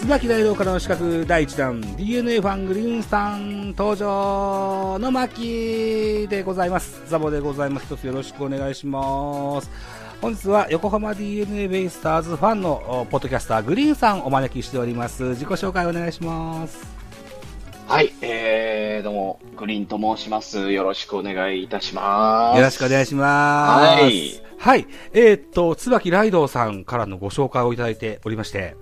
椿大道からの資格第1弾 DNA ファングリーンさん登場の巻でございますザボでございます一つよろしくお願いします本日は横浜 DNA ベイスターズファンのポッドキャスターグリーンさんお招きしております自己紹介お願いします。はい、えー、どうも、グリーンと申します。よろしくお願いいたしますよろしくお願いします。はい。はい。えー、っと、椿ライドさんからのご紹介をいただいておりまして。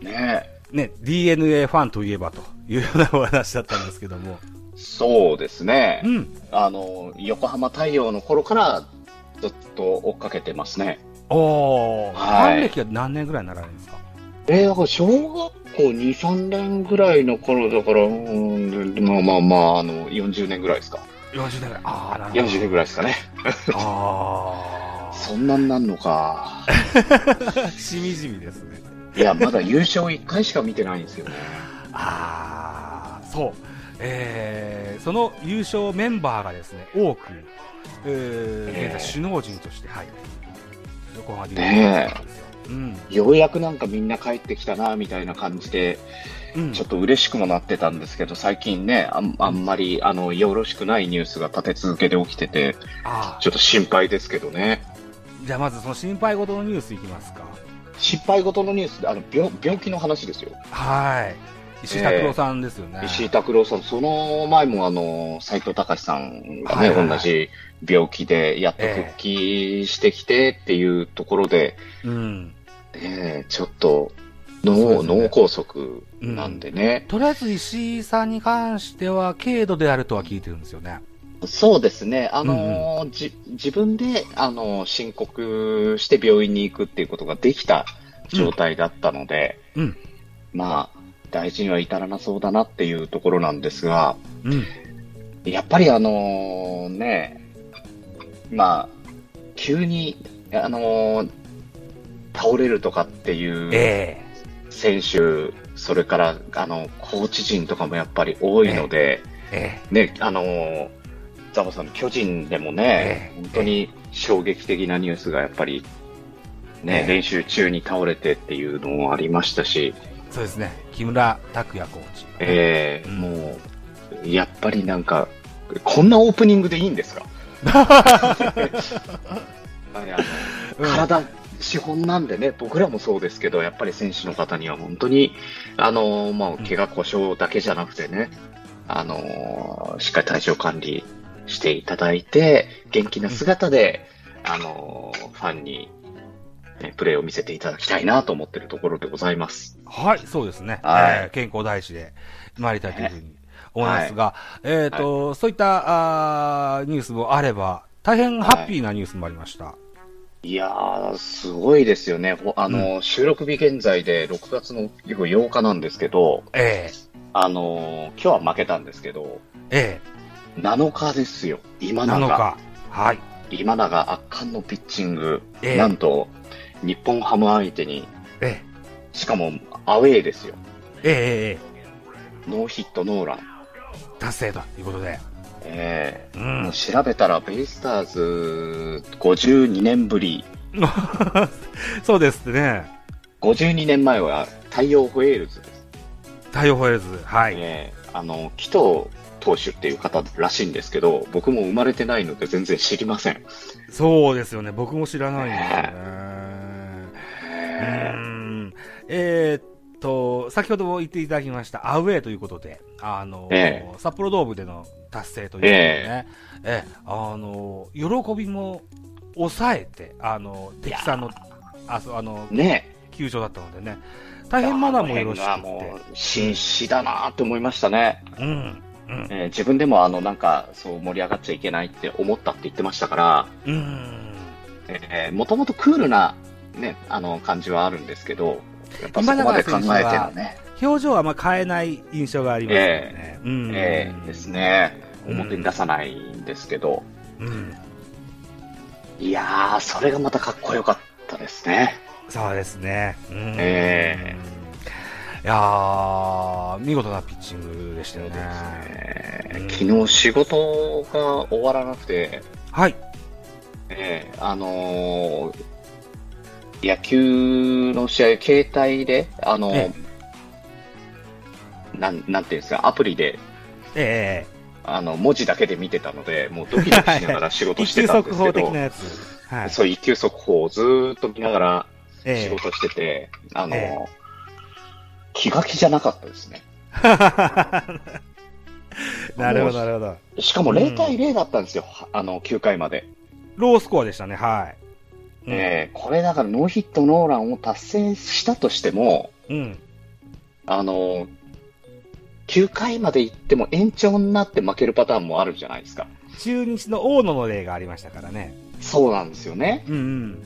ねね、DNA ファンといえばというようなお話だったんですけども。そうですね。うん。あの、横浜太陽の頃からずっと追っかけてますね。おー。はい。ファン歴は何年ぐらいになられるんですかえー、だから小学校2、3年ぐらいの頃だから、うん、まあまあまあ、あの、40年ぐらいですか。 40年ぐらい。ああ、なるほど。40年ぐらいですかね。ああ。そんなんなんのか。 しみじみですね。いや、まだ優勝1回しか見てないんですよね。ああ、そう。えー、その優勝メンバーがですね、多く、えー、現在首脳陣として、はい、横浜でねうん、ようやくなんかみんな帰ってきたなみたいな感じで、うん、ちょっと嬉しくもなってたんですけど、最近ね、あんあんまりあのよろしくないニュースが立て続けて起きてて、ちょっと心配ですけどね。じゃあ、まずその心配事のニュースいきますか。失敗事のニュースであの病病気の話ですよ。はい石井拓郎さんですよね。えー、石井拓郎さん、その前もあの、斎藤隆さんがね、はいはい、同じ病気でやっと復帰してきてっていうところで、えー、うん、えー、ちょっと脳、ね、脳梗塞なんでね、うん、とりあえず石井さんに関しては、軽度であるとは聞いてるんですよね。そうですね、あのーうんうん、じ自分で、あのー、申告して病院に行くっていうことができた状態だったので、うんうん、まあ、大事には至らなそうだなっていうところなんですが、うん、やっぱり、あのー、ね、まあ、急に、あの倒れるとかっていう選手、えー、それからあのコーチ陣とかもやっぱり多いので、えーえー、ねあのザボさん、巨人でもね、ええ、本当に衝撃的なニュースがやっぱりね、ね、え、練習中に倒れてっていうのもありましたし、そうですね、木村拓哉コーチ、ね、ええー、もう、やっぱりなんか、こんなオープニングでいいん ですか体、資本なんでね、僕らもそうですけど、やっぱり選手の方には本当に、あのまあ、怪我故障だけじゃなくてね、うん、あのしっかり体調管理していただいて、元気な姿で、うん、あの、ファンに、ね、プレーを見せていただきたいなと思ってるところでございます。はい、そうですね。はい、え、ー、健康第一で参りたいというふうに思いますが、はい、えっ、ー、と、はい、そういったあニュースもあれば、大変ハッピーなニュースもありました。はいいやー、すごいですよね。あの、うん、収録日現在で6月の8日なんですけど、ええー、あの今日は負けたんですけど、ええ7日ですよ、今永。はい。今永圧巻のピッチング、えー、なんと、日本ハム相手に、えー、しかもアウェーですよ。えー、ノーヒットノーラン。達成ということで。ええー、うん、 調べたら、ベイスターズ52年ぶり。そうですね。 52年前は太陽ホエールズです。太陽ホエールズ、はい。ええー、あの、紀藤投手っていう方らしいんですけど、僕も生まれてないので全然知りません。そうですよね、僕も知らないんですよ ね。えー、えー、っと、先ほども言っていただきました、アウェーということで、あの、えー、札幌ドームでの達成ということでね、えー、えあの、喜びも抑えて、あの、敵さんの、あそあの、ね、球場だったのでね、大変マナーもよろしくて。もう、紳士だなと思いましたね。うん。うん、えー、自分でもあのなんかそう盛り上がっちゃいけないって思ったって言ってましたから、うん、えー、もともとクールな、ね、あの感じはあるんですけど、やっぱそこまで考えてのね。表情はあんま変えない印象がありますよね。うんええです。ね。表に出さないんですけど。うん。いやー、それがまたかっこよかったですね。そうですね。うんえいやー、見事なピッチングでしたよね。えうんー昨日仕事が終わらなくて、はい。えーあのー野球の試合、携帯で、あのーえなん、なんていうんですか、アプリで、えあの、文字だけで見てたので、もうドキドキしながら仕え事し一て級たん速ですけ報的どな、やつ。はい。そう、一級速報をずーっと見ながら仕ええ事してて、あのーえ気が気じゃなかったですね。 なるほど、なるほど。しかも0対0だったんですよ、あの、9回まで。ロースコアでしたね、はい。うんえーこれだからノーヒットノーランを達成したとしても、うん。あの、9回まで行っても延長になって負けるパターンもあるじゃないですか。中日の大野の例がありましたからね。そうなんですよね。うんうん。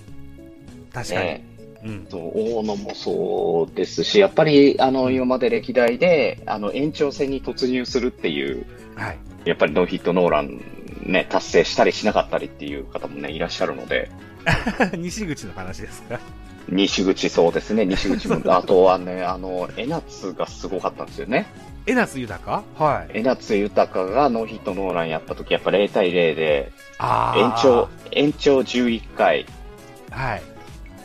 確かに。えうんー、。そう大野もそうですし、やっぱりあの今まで歴代であの延長戦に突入するっていう、はい。 やっぱりノーヒットノーラン、ね、達成したりしなかったりっていう方もね、いらっしゃるので、西口の話ですか。西口、そうですね、西 口も、あとはね、あの、江夏がすごかったんですよね。江夏豊はい。江夏豊がノーヒットノーランやった時やっぱ0対0であー延長。延長11回はい。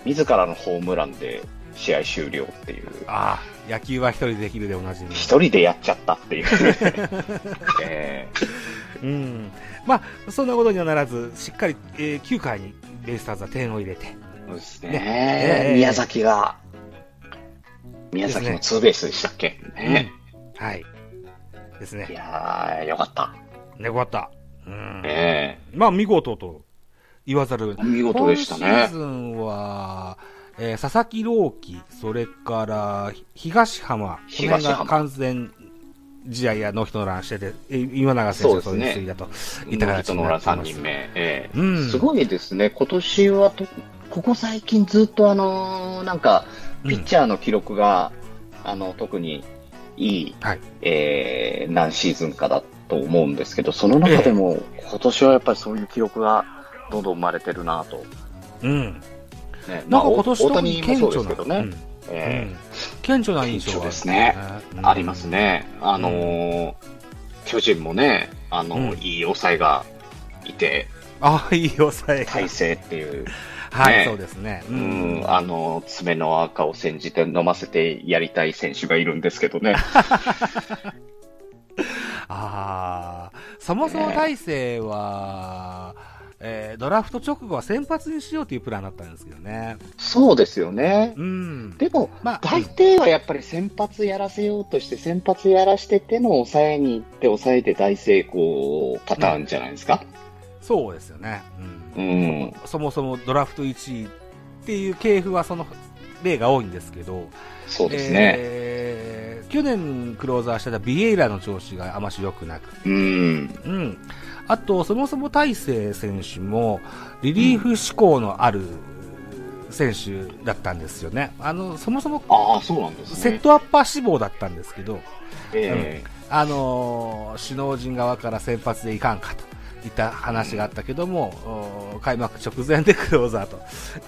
自らのホームランで試合終了っていうああ、野球は一人でできるでおなじみ。一人でやっちゃったっていう、 えうん。まあ、そんなことにはならず、しっかり、えー9回にベイスターズは点を入れて。ーそうですねねえー宮崎が宮崎のツーベースでしたっけ、ねはい。ですいね。やーよかった、ね、よかった。うん。えまあ、見事と言わざるを得えない。見事でした今シーねズンは、えー佐々木朗希、それからひ東浜、この辺東が浜完全試合やノーヒットノーランしてて、え今永選手がそそうういでうすね推移だといノったーヒッ形トにノーなランっていま3す。人目、ええうんすごいですね、今年はと、ここ最近ずっとあのーなんか、うんピッチャーの記録が、あの特にいい、はいえー何シーズンかだと思うんですけど、その中でも、今年はやっぱりそういう記録がどんどん生まれてるなと、うん。ねなんまあか今年大と谷も顕そうで著すけどな、ね、うんえーうん顕著な印象がある顕著ですねうんあります。ね、あのー巨人もね、あのーうんいい抑えがいて、ああ、いい抑えが。体勢っていう。はい、ねそうですね。ううんん。、あの、爪の赤を煎じて飲ませてやりたい選手がいるんですけどね。ああ、そもそも大勢は、えードラフト直後は先発にしようというプランだったんですけどね。 そうですよね。うん。でも、まあ、大抵はやっぱり先発やらせようとして、先発やらしてての抑えに行って、抑えて大成功パターンじゃないですか。そうですよね。うんうん。そもそもドラフト1位っていう系譜はその例が多いんですけど、そうですね。えー去年クローザーしてたビエイラの調子があまし良くなく、うん。うん。あと、そもそも大勢選手も、リリーフ志向のある選手だったんですよね。あの、そもそもああ、そうなんですね。セットアッパー志望だったんですけど、えあのー首脳陣側から先発でいかんかといった話があったけども、お開幕直前でクローザーとい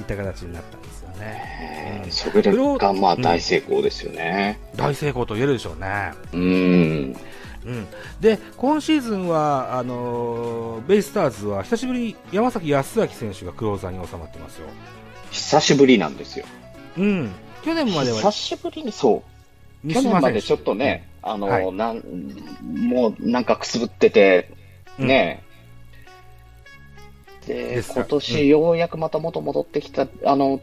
った形になったんですよね。えそれが、まあ、大成功ですよね。大成功と言えるでしょうね。うん。うん、で今シーズンはあのーベイスターズは久しぶりに山崎康明選手がクローザーに収まってますよ。久しぶりなんですよ。うん、去年まで久はしぶりに、そう。西去年村ま選で手ちょっとね、あの、はいなん、もうなんかくすぶってて、うんね、でで、すか今年ようやくまた元戻ってきた、あの、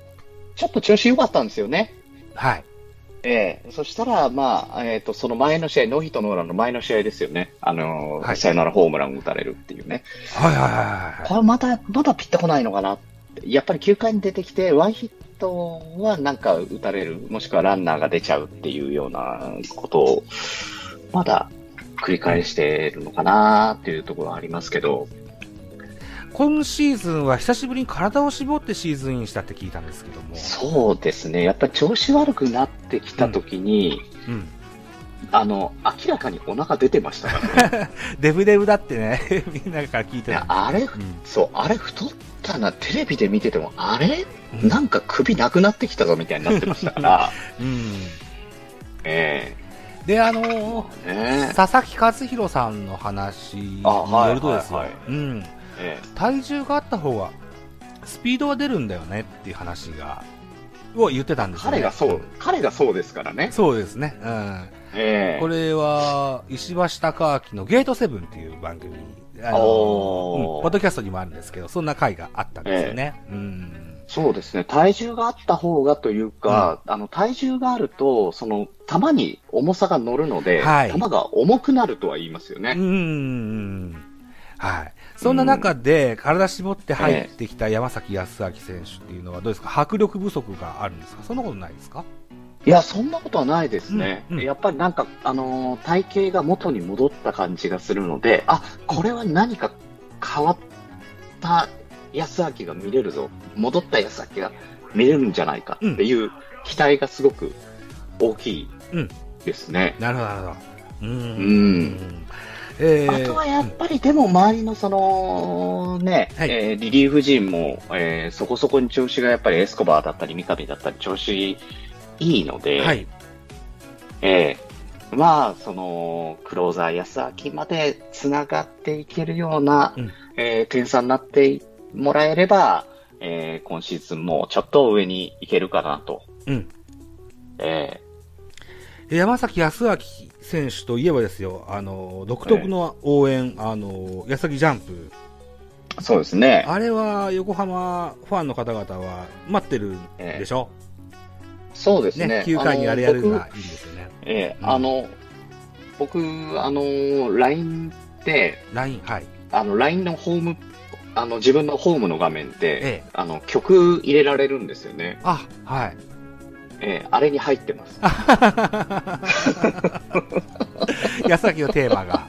ちょっと調子良かったんですよね。はい、ええそしたら、まあ、えっ、と、その前の試合、ノーヒットノーランの前の試合ですよね。あの、はいサヨナラホームラン打たれるっていうね。はいはいはいはいこれまた、まだピッとこないのかなってやっぱり9回に出てきて、ワンヒットはなんか打たれる、もしくはランナーが出ちゃうっていうようなことを、まだ繰り返してるのかなっていうところはありますけど、今シーズンは久しぶりに体を絞ってシーズンインしたって聞いたんですけども、そうですね。やっぱり調子悪くなってきた時に、うん、あの、明らかにお腹出てましたからね。デブデブだってね、 みんなから聞いいてやた。あれ、うんそう、あれ太ったな、テレビで見てても、あれなんか首なくなってきたぞみたいになってまし たから、うん、えで、あのーえね佐々木勝弘さんの話にあはいよるとですよ、はいはいうん、ええ体重があった方がスピードは出るんだよねっていう話がを言ってたんですよね彼がそう、彼がそうですからね。そうですね、うん、ええこれは石橋貴明の「ゲートセブン」っていう番組あのおーうんポッドキャストにもあるんですけどそんな回があったんですよね、うんそうですね。体重があった方がというか、あの、体重があると、その、球に重さが乗るので、はい球が重くなるとは言いますよね。うんはい、そんな中で体絞って入ってきた山崎康明選手っていうのはどうですか迫力不足があるんですかそんなことないですかいや、そんなことはないですね。うんうんやっぱりなんか、あのー体型が元に戻った感じがするので、あ、これは何か変わった安明が見れるぞ。戻った安明が見れるんじゃないかっていう期待がすごく大きいうんですね。なるほど、なるほど。う。うんん。えーあとはやっぱりでも周りのそのね、はいえーリリーフ陣も、えーそこそこに調子がやっぱりエスコバーだったり三上だったり調子いいので、はい。ええまあ、その、クローザー安明まで繋がっていけるような、うんえー点差になってもらえれば、えー今シーズンもうちょっと上に行けるかなと。うん。え山崎康明選手といえばですよ、あの、独特の応援、あの、矢崎ジャンプ。えそうですね。あれは横浜ファンの方々は待ってるんでしょ、そうですね。ね、9回にあれやるののがいいんですよね。僕ええうんあの、僕、あの、LINE で、ライン、はい。あの、LINE のホーム、あの、自分のホームの画面で、ええあの、曲入れられるんですよね。あ、はい。ええあれに入ってます。矢崎のテーマ が。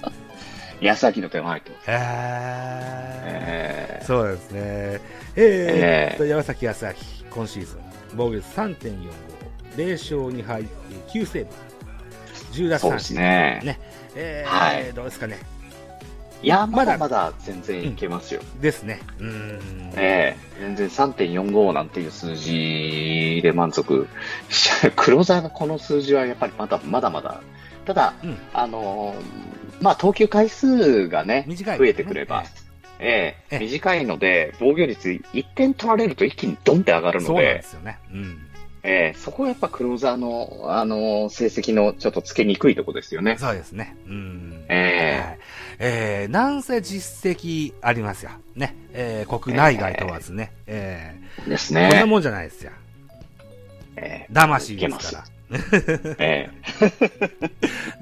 安明の手も入ってます。へええー。そうですね。えー、ええと山崎康明、今シーズン、防御率3.45、0勝2敗、えー9セーブ、10奪そう三です振、ね。ねえーはいどうですかね、いや、ままだだまだ全然いけますよ。ですね、うーん、ええ全然3.45なんていう数字で満足 しちゃう。クローザーがこの数字はやっぱりまだまだまだ。ただ、うんあのーまあ、投球回数がね、短い増えてくれば、ええええ短いので、防御率1点取られると一気にドンって上がるそのうなんでで、すよね、うん、ええそこはやっぱクローザーの、あのー成績のちょっとつけにくいとこですよね。そうですね、うん、はえいえーなんせ実績ありますよ、ね、えー国内外問わずね、ええですーこんなね。もんじゃないですよ、え魂ですから。え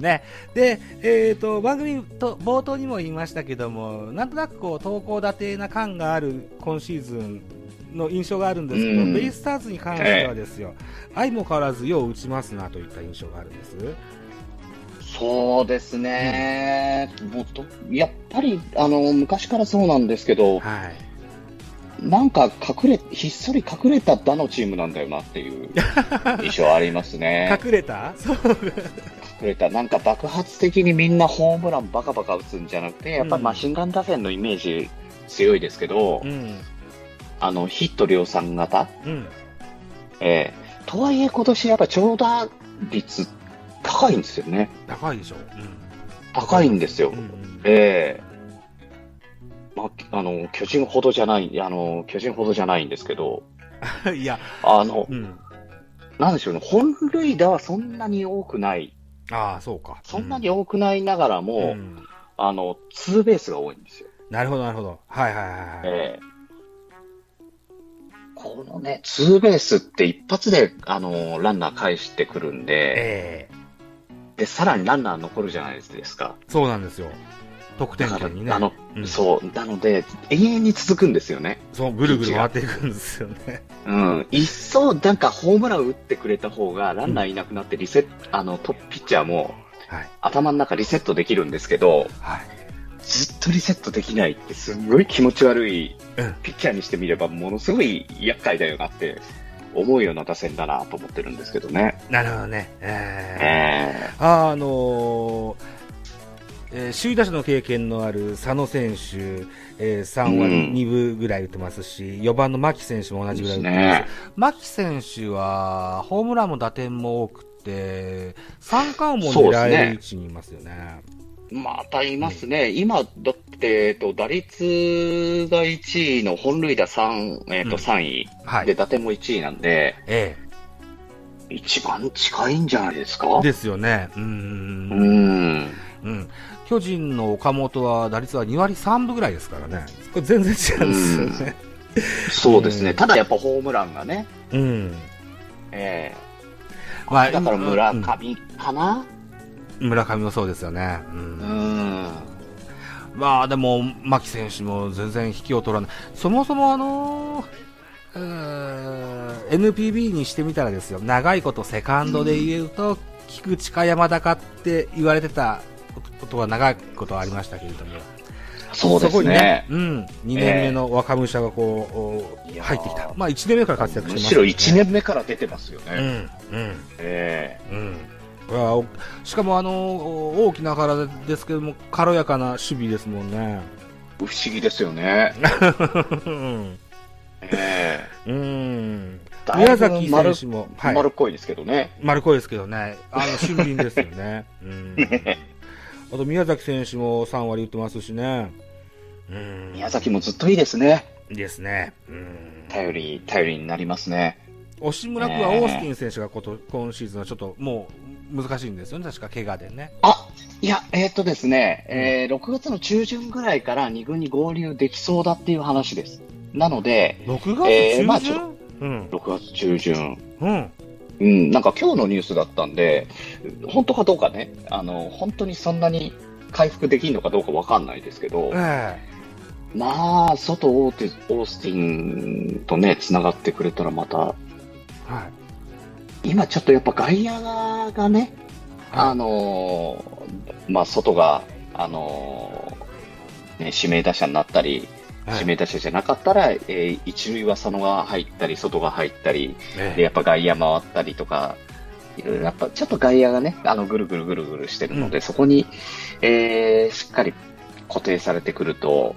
えね。で、えっ、と、番組と冒頭にも言いましたけども、なんとなくこう、投稿立てな感がある今シーズンの印象があるんですけど、うんベイスターズに関してはですよ、相も変わらずよう打ちますなといった印象があるんです。そうですね、もっとやっぱりあの昔からそうなんですけど、はい。なんか隠れひっそり隠れた打のチームなんだよなっていう印象ありま すね、隠れたそう。隠れた、なんか爆発的にみんなホームランバカバカ打つんじゃなくて、やっぱうんりマシンガン打線のイメージ強いですけど、うん。あのヒット量産型、うん。ええとはいえ、今年やっぱ長打率高いんですよね、高いでしょ。高いんですよ。うん。うん。ええまあ、あの、巨人ほどじゃない、あの、巨人ほどじゃないんですけど、うん、いや、あのう、ん。なんでしょうね、本塁打はそんなに多くない、ああ、そうか。そんなに多くないながらも、うん、うんあの、ツーベースが多いんですよ。なるほど、なるほど。はいはいはいはい。ええこのね、ツーベースって一発で、あの、ランナー返してくるんで、ええで、さらにランナー残るじゃないですか。そうなんですよ。得点だから、圏にね。あの、うんそう、なので、永遠に続くんですよね。そう、ぐるぐる回っていくんですよね。うん、いっそ、なんかホームラン打ってくれた方が、ランナーいなくなってリセット、あの、トップピッチャーもはい。頭の中リセットできるんですけど、はい。ずっとリセットできないってすごい気持ち悪いうん、ピッチャーにしてみればものすごい厄介だよなって思うような打線だなと思ってるんですけどね。なるほどね。ええー、あーあのーえー首位打者の経験のある佐野選手、えー、3割うん2分ぐらい打ってますし、4番の牧選手も同えじぐでらい打っすてます牧ね。。選手は、ホームランも打点も多くて、三冠王も狙える位置にいますよね。またいますね。今、だって、えっと、打率が1位の本塁打3、えっうんと、3位。はい。で、打点も1位なんで、え一番近いんじゃないですかえ。ですよね。うー。うんん。うん。巨人の岡本は打率は2割3分ぐらいですからね。これ全然違うんですよね。そうですうね。んただやっぱホームランがね、うん。えまえだから村うん上かな村上もそうですよね。う。うんん。まあでも、牧選手も全然引きを取らない。そもそもあのーうーん NPB にしてみたらですよ、長いことセカンドで言うと、菊池か山田かって言われてたことは長いことありましたけれども、そうでこすにね。うん、2年目の若武者がこう、いやー入ってきた。まあ1年目から活躍してむますしろ1年目から出てますよね。うん、うん。えうん、あおしかもあのお大きな体ですけども軽やかな守備ですもん ね。え不思議です よね。ええうん、だいぶ宮崎選手も丸はい、丸っこいですけどね。丸っこいですけどね、あの俊敏ですよね。 うん、あと宮崎選手も3割打ってますしね。うん、宮崎もずっといいですね。いいですね。うん、頼り、頼りになりますね。押村君はオースティン選手がこと今シーズンはちょっともう難しいんですよね、確か怪我でね。あ、いや、えーっとですね、えー6月の中旬ぐらいから2軍に合流できそうだっていう話です。なので、 6月中旬、えーまあちょうん、 6月中旬、うん、うん、なんか今日のニュースだったんで、本当かどうかね、あの、本当にそんなに回復できるのかどうかわかんないですけど、えまあ、外オーテオースティンとね、つながってくれたらまた、えはい。今ちょっとやっぱ外野がね、あのーまあ、外が、あのーね、指名打者になったり、はい指名打者じゃなかったら、えー一塁は佐野が入ったり、外が入ったり、ええで、やっぱ外野回ったりとか、いろいろやっぱちょっと外野がね、あの、ぐるぐるぐるぐるしてるので、そこに、えーしっかり固定されてくると、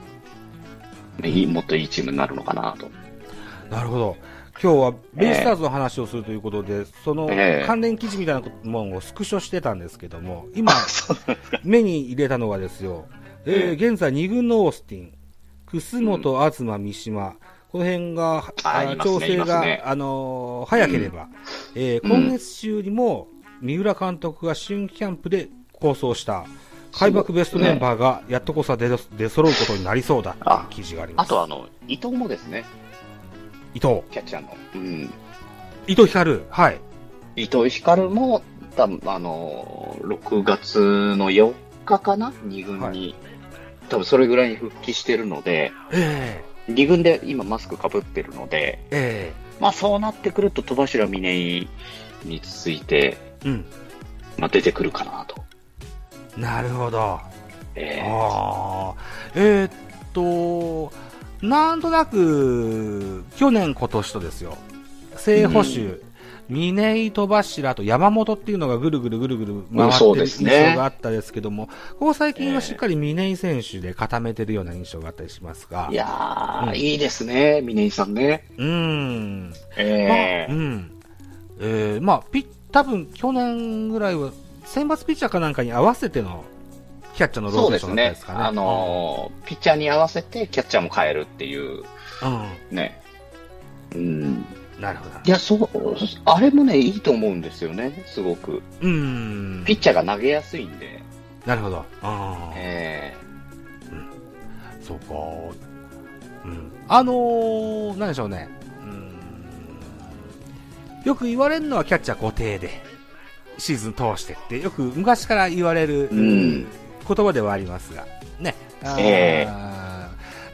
いいもっといいチームになるのかなと。なるほど。今日はベイスターズの話をするということで、そのええ関連記事みたいなものをスクショしてたんですけども、 今、目に入れたのがですよ、えー現在2軍のオースティン、楠本、東、三島、この辺が、あいますね調整いが、ますねあのー早ければ、えー今月中にも、三浦監督が春季キャンプで構想した、開幕ベストメンバーがやっとこさ出そ出揃うことになりそうだっていう記事がありまあす。とあの、伊藤もですね、伊藤。キャッチャーの。うん。伊藤光る。はい。伊藤光も、たあのー、6月の4日かな ?2 軍に。は多分それぐらいに復帰してるので、え2軍で今マスクかぶってるので、ええまあそうなってくると戸柱峰井に続いて、えうん。まあ、出てくるかなと。なるほど。えーああ。えーっと、なんとなく、去年今年とですよ。正捕手、峰井戸柱と山本っていうのがぐるぐるぐるぐる回うんっそうてるで印すね象があったですけども、ここ最近はしっかり峰井選手で固めてるような印象があったりしますが。いやー、うんいいですね、峰井さんね。うーん。えまあうん。えーまあ、ピッ、多分去年ぐらいは、選抜ピッチャーかなんかに合わせての、キャッチャーのローそうテーでシすョンだったねで。すかね。あのーピッチャーに合わせてキャッチャーも変えるっていう、うね。うん。ん。なるほど。いや、そう、あれもね、いいと思うんですよね、すごく。うん。ピッチャーが投げやすいんで。なるほど。あーえそうか。うん。あのー、なんでしょうね。うん。よく言われるのはキャッチャー固定で、シーズン通してって、よく昔から言われる、えうん。言葉ではありますが、ね。あーえ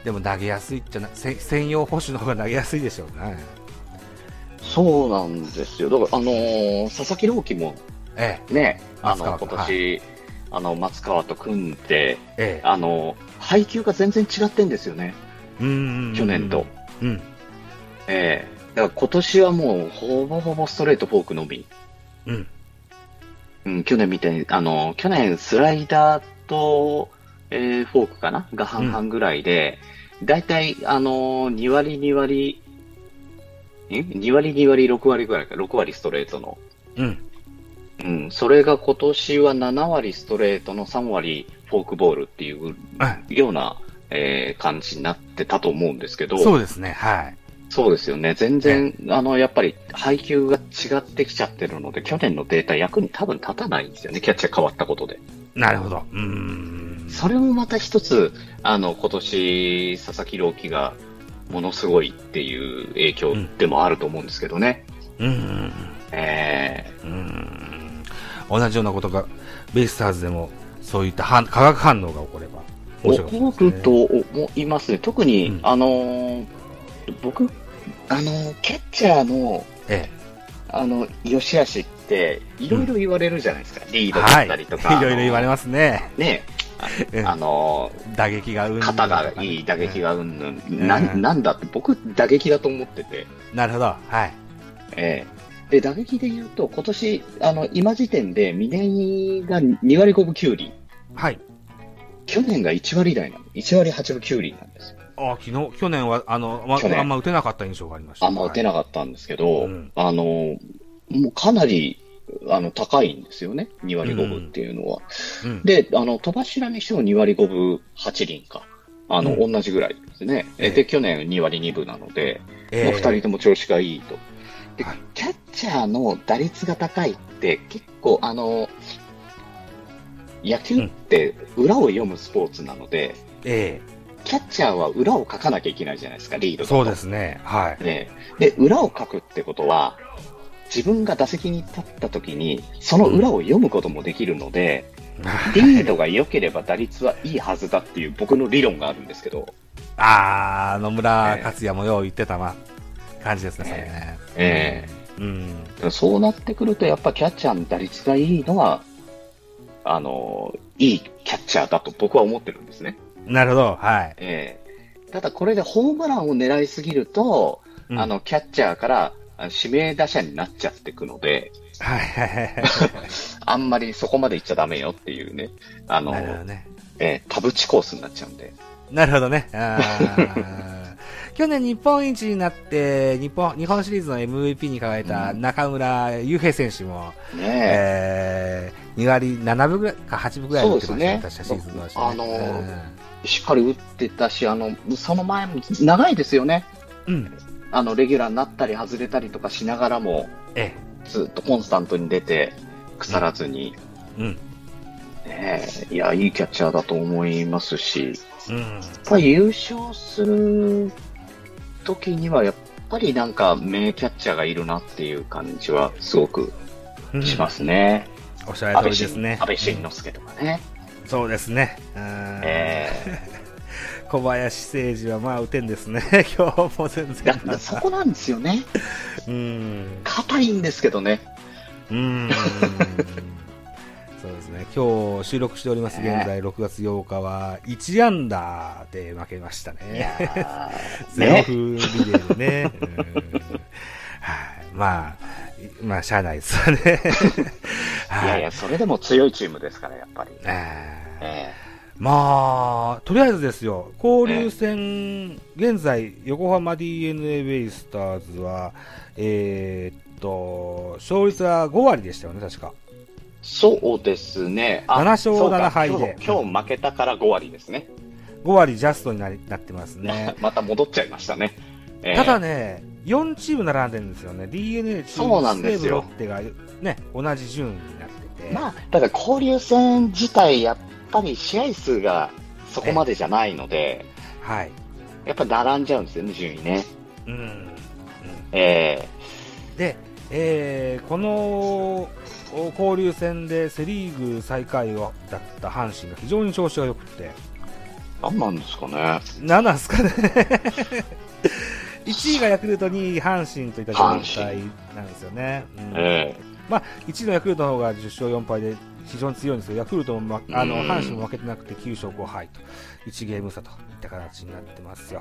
でも投げやすいっちゃな、せ専用捕手の方が投げやすいでしょうね。そうなんですよ。だから、あのー佐々木朗希もえね、あ松川の、君今年、あの、松川と組んで、ええあの、配球が全然違ってんですよね、うんうんうん去年と。うんええだから今年はもう、ほぼほぼストレートフォークのみ。うんうん、去年みたいに、あの、去年スライダーと、えーフォークかなが半々ぐらいで、だいたい、あの、2割2割、え ?2 割2割6割ぐらいか、6割ストレートの。うんうん、それが今年は7割ストレートの3割フォークボールっていうはいような、えー感じになってたと思うんですけど、そうですねはいそうですよね。全然、あの、やっぱり配球が違ってきちゃってるので、去年のデータ役に多分立たないんですよね、キャッチャー変わったことで。なるほどうーんそれもまた一つ、あの、今年、佐々木朗希がものすごいっていう影響でもあると思うんですけどね。うんうんえうんうん同じようなことがベイスターズでもそういった反化学反応が起こればー、面白いかも起こしれるないですねと思いますね。特に、うんあのー僕、あのーキャッチャーの、えあの、良し悪しって、いろいろ言われるじゃないですか。リえードだったりとか。はい、いろいろ 言われまますね、す。ねうんあのー打撃がうんぬんとか肩ねがいい、打撃がうんぬん。なうんなんだって、僕、打撃だと思ってて。なるほどはいええで、打撃で言うと、今年、あの、今時点で、峰井が2割5分9厘。はい去年が1割台なの。1割8分9厘なんですよ。あ昨日去年はあの、ま去年あんま打てなかった印象がありましたあんま打てなかったんですけど、うんあの、もうかなり、あの、高いんですよね。2割5分っていうのは。はいうんで、あの、戸柱にしても2割5分8厘か。あの、う同じぐらいですね。えええで、去年2割2分なので、もう2人とも調子がいいと。ではい、キャッチャーの打率が高いって、結構、あの、野球って裏を読むスポーツなので、えキャッチャーは裏を書かなきゃいけないじゃないですか、リーえドだとそうですねはいね。で、裏を書くってことは、自分が打席に立った時に、その裏を読むこともできるので、リードが良ければ打率はいいはずだっていう僕の理論があるんですけど、 ああ野村克也もよう言ってたま感じですね、それねえうんそうなってくるとやっぱキャッチャーの打率がいいのは、あの、いいキャッチャーだと僕は思ってるんですね。なるほどはい、ええただこれでホームランを狙いすぎると、うんあの、キャッチャーからあ指名打者になっちゃってくので、はいはいはいあんまりそこまで行っちゃダメよっていうね、あのな、るほどねええタブチコースになっちゃうんで。なるほどね。あー 去年日本一になって、日本、日本シリーズの MVP に輝いたうん中村悠平選手も、ねえー、2割7分ぐらいか8分ぐらい打ってましたね、確そうでかすシねーズンのあのーえしっかり打ってたし、あの、その前も長いですよね。うん。うんあの、レギュラーになったり外れたりとかしながらも、えずっとコンスタントに出て、腐らずに、え、うん。ねえいや、いいキャッチャーだと思いますし、うん。やっぱり優勝する時には、やっぱりなんか名キャッチャーがいるなっていう感じはすごくうんしますね。おっしゃ安る倍通りです晋ね。安倍晋之助とかね。そうですね。うんえ小林誠司はまあ打てんですね。 今日も全えだ然。だそこなんですよね。うん。硬いんですけどね。うーんそうですね今日収録しております、ね現在6月8日は1アンダーで負けましたね、 ゼロね風リレーでね、うーんはいまあ、いまあ、しゃあないですわね、いはやいや、それでも強いチームですから、やっぱり。えーえまあ、とりあえずですよ、交流戦、現在、横浜 d n a ベイスターズは、えーっと、勝率は5割でしたよね、確か。えそうですね。あ7勝そうか7敗で今日。今日負けたから5割ですね。 5割ジャストになりなってますね 。また戻っちゃいましたね。ええただね、4チーム並んでるんですよね、d n a チーそうなム、ん西です武、ロよッテが、ね、同じ順位になってて、まあ、だから交流戦自体、やっぱり試合数がそこまでじゃないので、はい、やっぱ並んじゃうんですよね、順位ね。うんえうんで、えーこのお交流戦でセ・リーグ最下位をだった阪神が非常に調子が良くて、え何なんですかね。何なんですか ね。1位がヤクルト、2位阪神といった状態なんですよね。うんえまあ、1位のヤクルトの方が10勝4敗で非常に強いんですけど、ヤクルトも、ま、あのうん阪神も負けてなくて9勝5敗と、1ゲーム差といった形になってますよ。